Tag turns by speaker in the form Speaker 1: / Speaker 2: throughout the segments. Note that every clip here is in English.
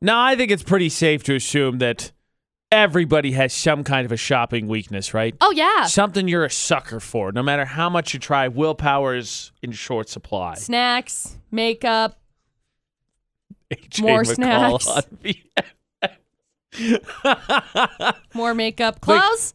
Speaker 1: No, I think it's pretty safe to assume that everybody has some kind of a shopping weakness, right?
Speaker 2: Oh yeah.
Speaker 1: Something you're a sucker for, no matter how much you try. Willpower is in short supply.
Speaker 2: Snacks, makeup.
Speaker 1: AJ
Speaker 2: more
Speaker 1: McCall
Speaker 2: snacks.
Speaker 1: on VFX.
Speaker 2: More makeup. Clothes?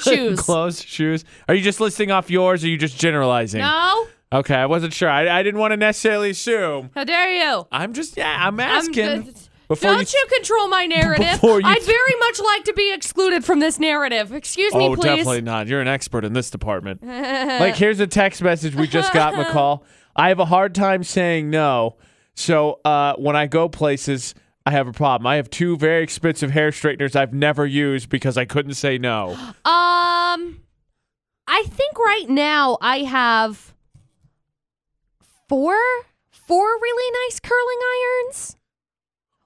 Speaker 2: Shoes.
Speaker 1: Clothes, shoes. Are you just listing off yours or are you just generalizing?
Speaker 2: No?
Speaker 1: Okay, I wasn't sure. I, I didn't want to necessarily assume.
Speaker 2: How dare you?
Speaker 1: I'm just, yeah, I'm
Speaker 2: I'm
Speaker 1: asking.
Speaker 2: just-
Speaker 1: before
Speaker 2: Don't you, control my narrative.
Speaker 1: before you-
Speaker 2: I'd very much like to be excluded from this narrative. Excuse me,
Speaker 1: Oh,
Speaker 2: please.
Speaker 1: definitely not. You're an expert in this department. like, here's a text message we just got, McCall. I have a hard time saying no. So uh, when I go places, I have a problem. I have two very expensive hair straighteners I've never used because I couldn't say no.
Speaker 2: Um, I think right now I have four four really nice curling irons.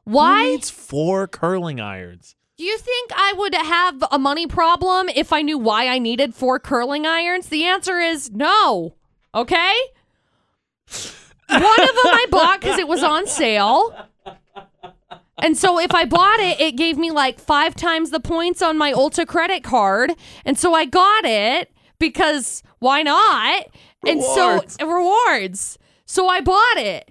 Speaker 2: Why?
Speaker 1: Who needs four curling irons?
Speaker 2: Do you think I would have a money problem if I knew why I needed four curling irons? The answer is no. Okay? One of them I bought because it was on sale. And so if I bought it, it gave me like five times the points on my Ulta credit card. And so I got it because why not? And
Speaker 1: Rewards.
Speaker 2: so rewards. So I bought it.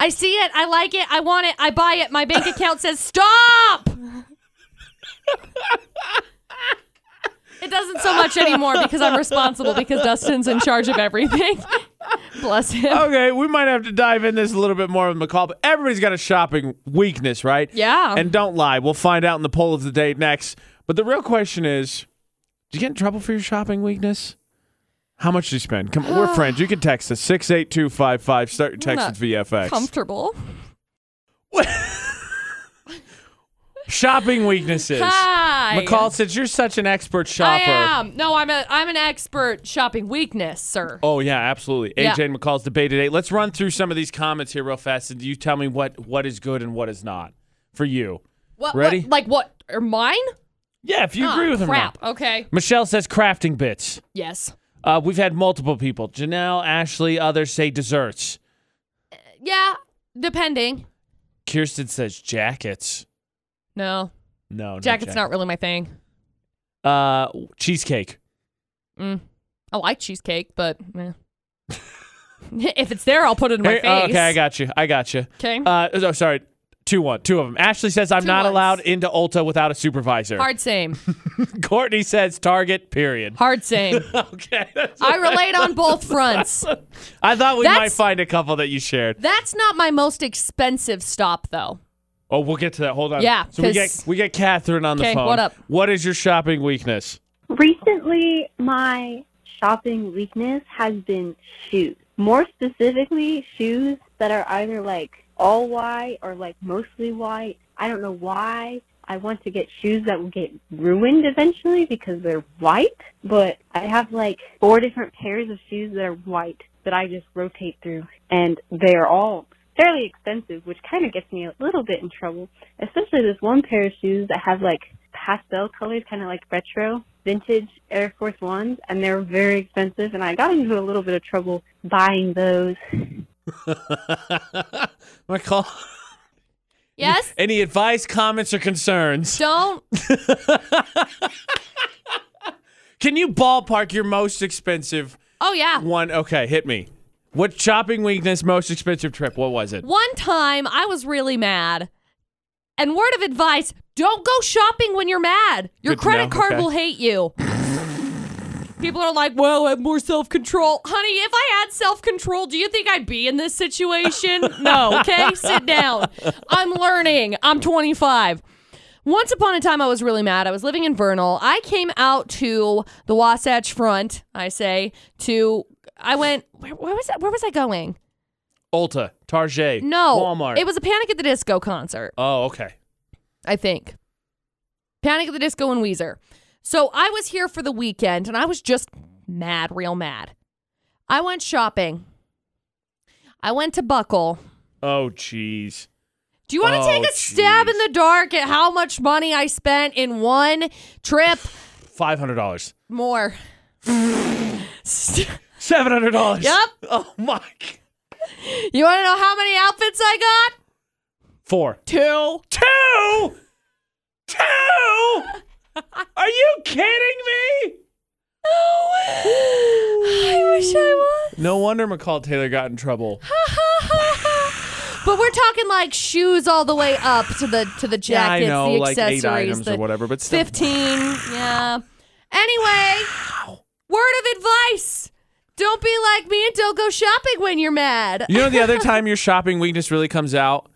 Speaker 2: I see it. I like it. I want it. I buy it. My bank account says stop. It doesn't so much anymore because I'm responsible because Dustin's in charge of everything. Bless him.
Speaker 1: Okay, we might have to dive in this a little bit more with McCall, but everybody's got a shopping weakness, right?
Speaker 2: Yeah.
Speaker 1: And don't lie, we'll find out in the poll of the day next. But the real question is, do you get in trouble for your shopping weakness? How much do you spend? Come on, we're friends. You can text us six eight two five five. Start your text
Speaker 2: not
Speaker 1: with VFX.
Speaker 2: Comfortable.
Speaker 1: shopping weaknesses.
Speaker 2: Hi.
Speaker 1: McCall, since you're such an expert
Speaker 2: I
Speaker 1: shopper.
Speaker 2: am. No, I'm a I'm an expert shopping weakness, sir.
Speaker 1: Oh yeah, absolutely.
Speaker 2: Yeah.
Speaker 1: AJ and McCall's debate today. Let's run through some of these comments here real fast, and you tell me what what is good and what is not for you.
Speaker 2: What,
Speaker 1: ready?
Speaker 2: What, like what? Or mine?
Speaker 1: Yeah, if you agree
Speaker 2: Ah,
Speaker 1: with him. or not.
Speaker 2: crap. Okay.
Speaker 1: Michelle says crafting bits.
Speaker 2: Yes.
Speaker 1: Uh, we've had multiple people. Janelle, Ashley, others say desserts.
Speaker 2: Yeah. Depending.
Speaker 1: Kirsten says jackets.
Speaker 2: No.
Speaker 1: No,
Speaker 2: Jacket's
Speaker 1: no
Speaker 2: not really my thing.
Speaker 1: not. Uh, cheesecake.
Speaker 2: Mm. I like cheesecake, but eh. if it's there, I'll put it in my
Speaker 1: Hey, oh,
Speaker 2: face.
Speaker 1: okay, I got you. I got you.
Speaker 2: 'Kay.
Speaker 1: Uh, oh, sorry. Two one, two of them. Ashley says I'm
Speaker 2: Two
Speaker 1: not
Speaker 2: ones.
Speaker 1: allowed into Ulta without a supervisor.
Speaker 2: Hard same.
Speaker 1: Courtney says Target. Period.
Speaker 2: Hard same.
Speaker 1: Okay.
Speaker 2: I relate on both fronts.
Speaker 1: I thought we might
Speaker 2: That's-
Speaker 1: find a couple that you shared.
Speaker 2: That's not my most expensive stop, though.
Speaker 1: Oh, we'll get to that. Hold on.
Speaker 2: Yeah,
Speaker 1: So we get
Speaker 2: 'cause-
Speaker 1: we get Catherine on the
Speaker 2: Okay,
Speaker 1: phone.
Speaker 2: what up?
Speaker 1: What is your shopping weakness?
Speaker 3: Recently, my shopping weakness has been shoes. More specifically, shoes that are either like all white or like mostly white. I don't know why. I want to get shoes that will get ruined eventually because they're white, but I have like four different pairs of shoes that are white that I just rotate through and they are all fairly expensive, which kind of gets me a little bit in trouble, especially this one pair of shoes that have like pastel colors, kind of like retro vintage Air Force Ones, and they're very expensive. And I got into a little bit of trouble buying those.
Speaker 1: McCall.
Speaker 2: Yes?
Speaker 1: Any advice, comments, or concerns?
Speaker 2: Don't.
Speaker 1: Can you ballpark your most expensive
Speaker 2: Oh, yeah.
Speaker 1: one? Okay, hit me. What shopping weakness, most expensive trip? What was it?
Speaker 2: One time I was really mad. And word of advice don't go shopping when you're mad. Your
Speaker 1: Good to
Speaker 2: credit
Speaker 1: know,
Speaker 2: card
Speaker 1: okay.
Speaker 2: will hate you. People are like, well, I have more self control. Honey, if I had self control, do you think I'd be in this situation? No, okay? Sit down. I'm learning. I'm 25. Once upon a time, I was really mad. I was living in Vernal. I came out to the Wasatch Front, I say, to. I went, where, where was I, where was I going?
Speaker 1: Ulta, Target,
Speaker 2: No.
Speaker 1: Walmart.
Speaker 2: It was a Panic at the Disco concert,
Speaker 1: oh, okay.
Speaker 2: I think. Panic at the Disco and Weezer. So I was here for the weekend and I was just mad, real mad. I went shopping. I went to Buckle.
Speaker 1: Oh, jeez.
Speaker 2: Do you want to
Speaker 1: Oh,
Speaker 2: take a stab
Speaker 1: jeez.
Speaker 2: in the dark at how much money I spent in one trip?
Speaker 1: Five hundred dollars.
Speaker 2: More. St-
Speaker 1: Seven hundred dollars.
Speaker 2: Yep.
Speaker 1: Oh my. g-
Speaker 2: You want to know how many outfits I got?
Speaker 1: Four.
Speaker 2: Two.
Speaker 1: Two? Two? Are you kidding me?
Speaker 2: I wish I was.
Speaker 1: No wonder McCall Taylor got in trouble.
Speaker 2: But we're talking like shoes all the way up to the to the
Speaker 1: yeah, I
Speaker 2: jackets,
Speaker 1: know,
Speaker 2: the
Speaker 1: like
Speaker 2: accessories,
Speaker 1: eight items
Speaker 2: the
Speaker 1: or whatever, but still.
Speaker 2: fifteen. yeah. Anyway, word of advice: don't be like me and don't go shopping when you're mad.
Speaker 1: You know, the other time your shopping weakness really comes out,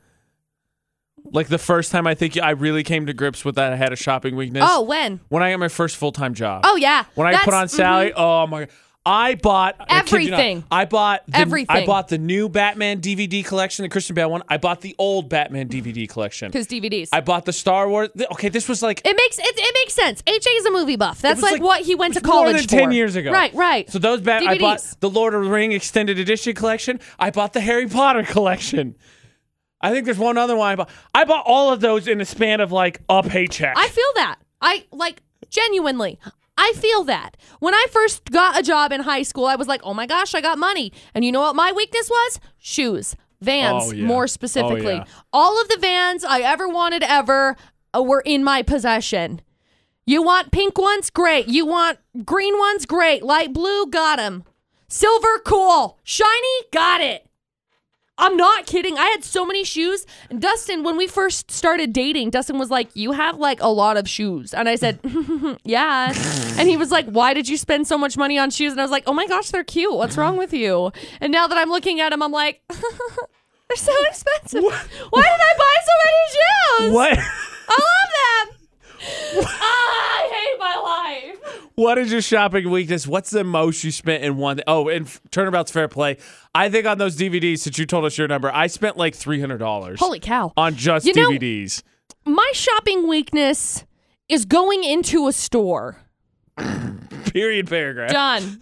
Speaker 1: like the first time I think I really came to grips with that, I had a shopping weakness.
Speaker 2: Oh, when?
Speaker 1: When I got my first full time job.
Speaker 2: Oh yeah.
Speaker 1: When I
Speaker 2: That's- mm-hmm.
Speaker 1: put on Sally, oh my god. I bought I kid you not,
Speaker 2: Everything.
Speaker 1: I bought the,
Speaker 2: Everything.
Speaker 1: I bought the new Batman DVD collection, the Christian Bale one. I bought the old Batman DVD collection.
Speaker 2: His DVDs.
Speaker 1: I bought the Star Wars. th- Okay, this was like
Speaker 2: it makes it, it makes sense. HA is a movie buff. That's
Speaker 1: was
Speaker 2: like,
Speaker 1: like-
Speaker 2: what he went to
Speaker 1: it was more
Speaker 2: college
Speaker 1: than 10
Speaker 2: for.
Speaker 1: years ago.
Speaker 2: Right, right.
Speaker 1: so those bat- I bought
Speaker 2: DVDs.
Speaker 1: the Lord of the Ring extended edition collection. I bought the Harry Potter collection. I think there's one other one I bought. I bought all of those in the span of like a paycheck.
Speaker 2: I feel that. I like genuinely. I feel that. When I first got a job in high school, I was like, "Oh my gosh, I got money." And you know what my weakness was? Shoes. Vans,
Speaker 1: Oh, yeah.
Speaker 2: more specifically.
Speaker 1: Oh, yeah.
Speaker 2: All of the Vans I ever wanted ever uh, were in my possession. You want pink ones? Great. You want green ones? Great. Light blue? Got 'em. Silver? Cool. Shiny? Got it. I'm not kidding. I had so many shoes. Dustin, when we first started dating, Dustin was like, You have like a lot of shoes. And I said, Yeah. and he was like, Why did you spend so much money on shoes? And I was like, Oh my gosh, they're cute. What's wrong with you? And now that I'm looking at them, I'm like, They're so expensive. Why did I buy so many shoes?
Speaker 1: what?
Speaker 2: I love them. Ah, I hate my life.
Speaker 1: What is your shopping weakness? What's the most you spent in one? Oh, and f- Turnabout's Fair Play. I think on those DVDs, since you told us your number, I spent like three hundred dollars
Speaker 2: Holy cow.
Speaker 1: on just
Speaker 2: You know-
Speaker 1: DVDs.
Speaker 2: My shopping weakness is going into a store.
Speaker 1: Period. Paragraph.
Speaker 2: Done.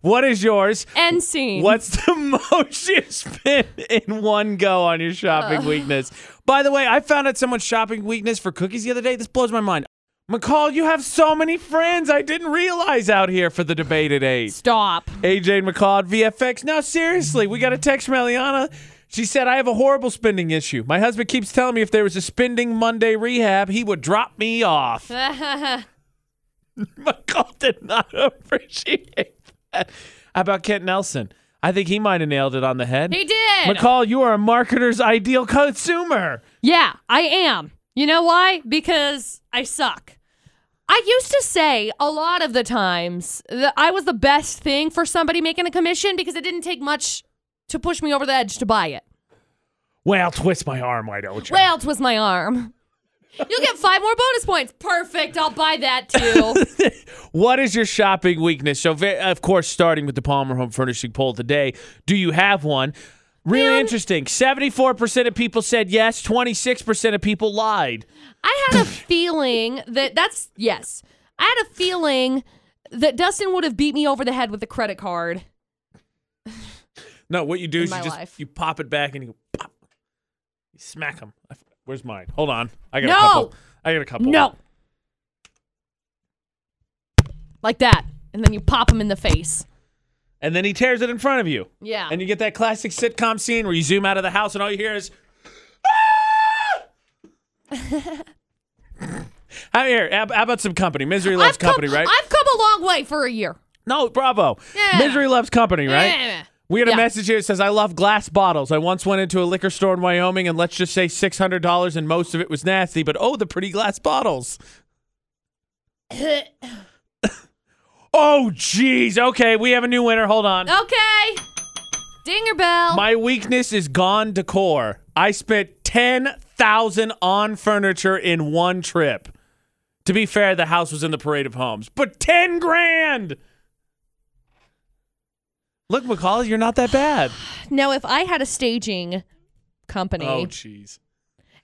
Speaker 1: What is yours?
Speaker 2: End scene.
Speaker 1: What's the most you spent in one go on your shopping weakness? By the way, I found out someone's shopping weakness for cookies the other day. This blows my mind. McCall, you have so many friends I didn't realize out here for the debate at eight.
Speaker 2: Stop.
Speaker 1: AJ and McCall at VFX. No, seriously, we got a text from Eliana. She said, I have a horrible spending issue. My husband keeps telling me if there was a spending Monday rehab, he would drop me off. McCall did not appreciate that. How about Kent Nelson? I think he might have nailed it on the head.
Speaker 2: He did.
Speaker 1: McCall, you are a marketer's ideal consumer.
Speaker 2: Yeah, I am. You know why? Because I suck. I used to say a lot of the times that I was the best thing for somebody making a commission because it didn't take much to push me over the edge to buy it.
Speaker 1: Well, twist my arm, why don't you?
Speaker 2: Well, twist my arm. You'll get five more bonus points. Perfect. I'll buy that too.
Speaker 1: What is your shopping weakness? So, ve- of course, starting with the Palmer Home Furnishing poll today, do you have one? Really interesting. 74% of people said yes, 26% of people lied.
Speaker 2: I had a feeling that that's yes. I had a feeling that Dustin would have beat me over the head with a credit card.
Speaker 1: No, what you do is
Speaker 2: my
Speaker 1: you just
Speaker 2: life.
Speaker 1: you pop it back and you pop. You smack them. Where's mine? Hold on. I got
Speaker 2: No!
Speaker 1: a couple. I got a couple.
Speaker 2: No. Like that. And then you pop him in the face.
Speaker 1: And then he tears it in front of you.
Speaker 2: Yeah.
Speaker 1: And you get that classic sitcom scene where you zoom out of the house and all you hear is "Ah!" Out here, how how about some company? Misery loves
Speaker 2: I've
Speaker 1: company,
Speaker 2: come,
Speaker 1: right?
Speaker 2: I've come a long way for a year.
Speaker 1: No, bravo.
Speaker 2: Yeah.
Speaker 1: Misery loves company, right?
Speaker 2: Yeah.
Speaker 1: We had a
Speaker 2: Yeah.
Speaker 1: message here that says, I love glass bottles. I once went into a liquor store in Wyoming and let's just say $600 and most of it was nasty, but oh, the pretty glass bottles. oh, jeez. Okay, we have a new winner. Hold on.
Speaker 2: Okay. Dinger bell.
Speaker 1: My weakness is gone decor. I spent 10,000 on furniture in one trip. To be fair, the house was in the parade of homes, but 10 grand. Look, McCall, you're not that bad.
Speaker 2: now, if I had a staging company,
Speaker 1: Oh, jeez.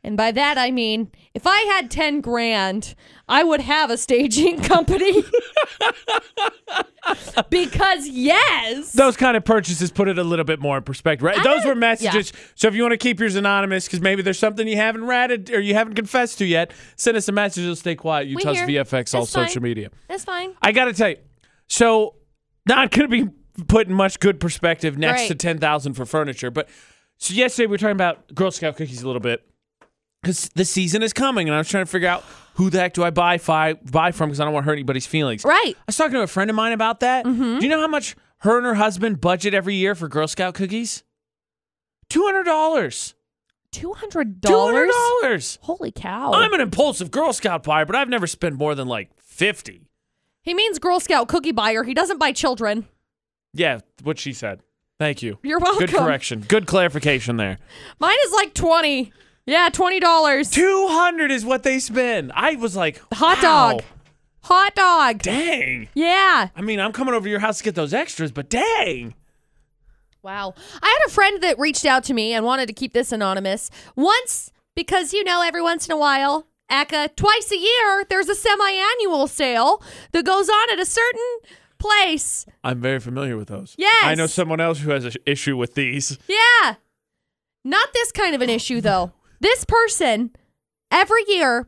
Speaker 2: and by that I mean if I had 10 grand, I would have a staging company. because, yes.
Speaker 1: Those kind of purchases put it a little bit more in perspective, right? Those were messages. So if you want to keep yours anonymous, because maybe there's something you haven't ratted or you haven't confessed to yet, send us a message. It'll stay quiet. Utah's
Speaker 2: hear.
Speaker 1: VFX, all
Speaker 2: That's fine.
Speaker 1: social media.
Speaker 2: That's fine.
Speaker 1: I gotta tell you, so not gonna be put in much good perspective next
Speaker 2: Right.
Speaker 1: to ten thousand for furniture. But so yesterday we were talking about Girl Scout cookies a little bit, because the season is coming, and I was trying to figure out who the heck do I buy fi- buy from because I don't want to hurt anybody's feelings.
Speaker 2: Right. Mm-hmm.
Speaker 1: I was talking to a friend of mine about that. Do you know how much her and her husband budget every year for Girl Scout cookies? Two hundred dollars.
Speaker 2: Two hundred
Speaker 1: Two hundred
Speaker 2: dollars.
Speaker 1: dollars.
Speaker 2: Holy cow!
Speaker 1: I'm an impulsive Girl Scout buyer, but I've never spent more than like fifty.
Speaker 2: he means Girl Scout cookie buyer. He doesn't buy children.
Speaker 1: Yeah, what she said. Thank you.
Speaker 2: You're welcome.
Speaker 1: Good correction. Good clarification there.
Speaker 2: Mine is like twenty. Yeah, twenty dollars.
Speaker 1: Two hundred is what they spend. I was like,
Speaker 2: Hot
Speaker 1: wow,
Speaker 2: dog. Hot dog.
Speaker 1: Dang.
Speaker 2: Yeah.
Speaker 1: I mean, I'm coming over to your house to get those extras, but dang.
Speaker 2: Wow. I had a friend that reached out to me and wanted to keep this anonymous once because, you know, every once in a while, ACA, twice a year, there's a semi annual sale that goes on at a certain place.
Speaker 1: I'm very familiar with those.
Speaker 2: Yes.
Speaker 1: I know someone else who has an issue with these.
Speaker 2: Yeah. Not this kind of an issue, though. This person every year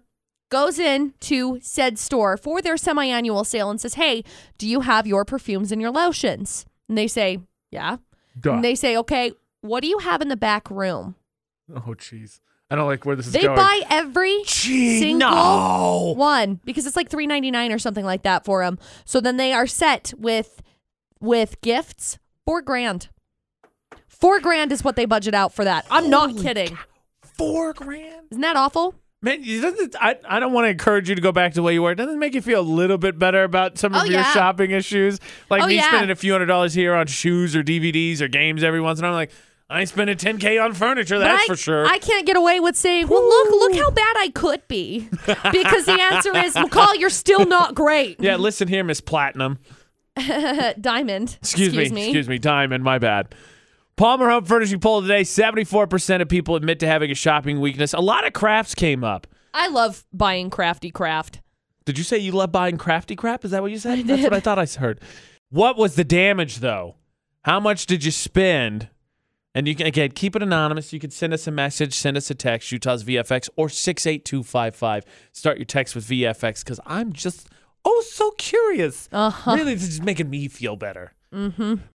Speaker 2: goes in to said store for their semi annual sale and says, Hey, do you have your perfumes and your lotions? And they say, Yeah.
Speaker 1: Duh.
Speaker 2: And they say, Okay, what do you have in the back room?
Speaker 1: oh, jeez. I don't like where this is
Speaker 2: They
Speaker 1: going.
Speaker 2: buy every
Speaker 1: Gee,
Speaker 2: single
Speaker 1: no.
Speaker 2: one because it's like three ninety nine or something like that for them. So then they are set with with gifts four grand. Four grand is what they budget out for that. I'm not kidding.
Speaker 1: Four grand?
Speaker 2: Isn't that awful?
Speaker 1: Man, you doesn't, I, I don't want to encourage you to go back to the way you were. Doesn't it make you feel a little bit better about some of
Speaker 2: Oh,
Speaker 1: your
Speaker 2: yeah.
Speaker 1: shopping issues? Like
Speaker 2: Oh,
Speaker 1: me
Speaker 2: yeah.
Speaker 1: spending a few hundred dollars here on shoes or DVDs or games every once in a while. I'm like, I ain't spending 10K on furniture,
Speaker 2: But
Speaker 1: that's
Speaker 2: I,
Speaker 1: for sure.
Speaker 2: I can't get away with saying, "Well, look, look how bad I could be," because the answer is, McCall, you're still not great.
Speaker 1: yeah, listen here, Miss Platinum.
Speaker 2: Diamond.
Speaker 1: Excuse, me, Excuse me. Diamond, my bad. Palmer Home Furnishing poll today 74% of people admit to having a shopping weakness. A lot of crafts came up.
Speaker 2: I love buying crafty craft.
Speaker 1: Did you say you love buying crafty crap? Is that what you said? That's what I thought I heard. What was the damage though? How much did you spend? And you can again keep it anonymous. You can send us a message, send us a text, Utah's VFX or 68255. Start your text with VFX because I'm just oh so curious.
Speaker 2: Uh huh.
Speaker 1: Really, this is making me feel better.
Speaker 2: Mm-hmm.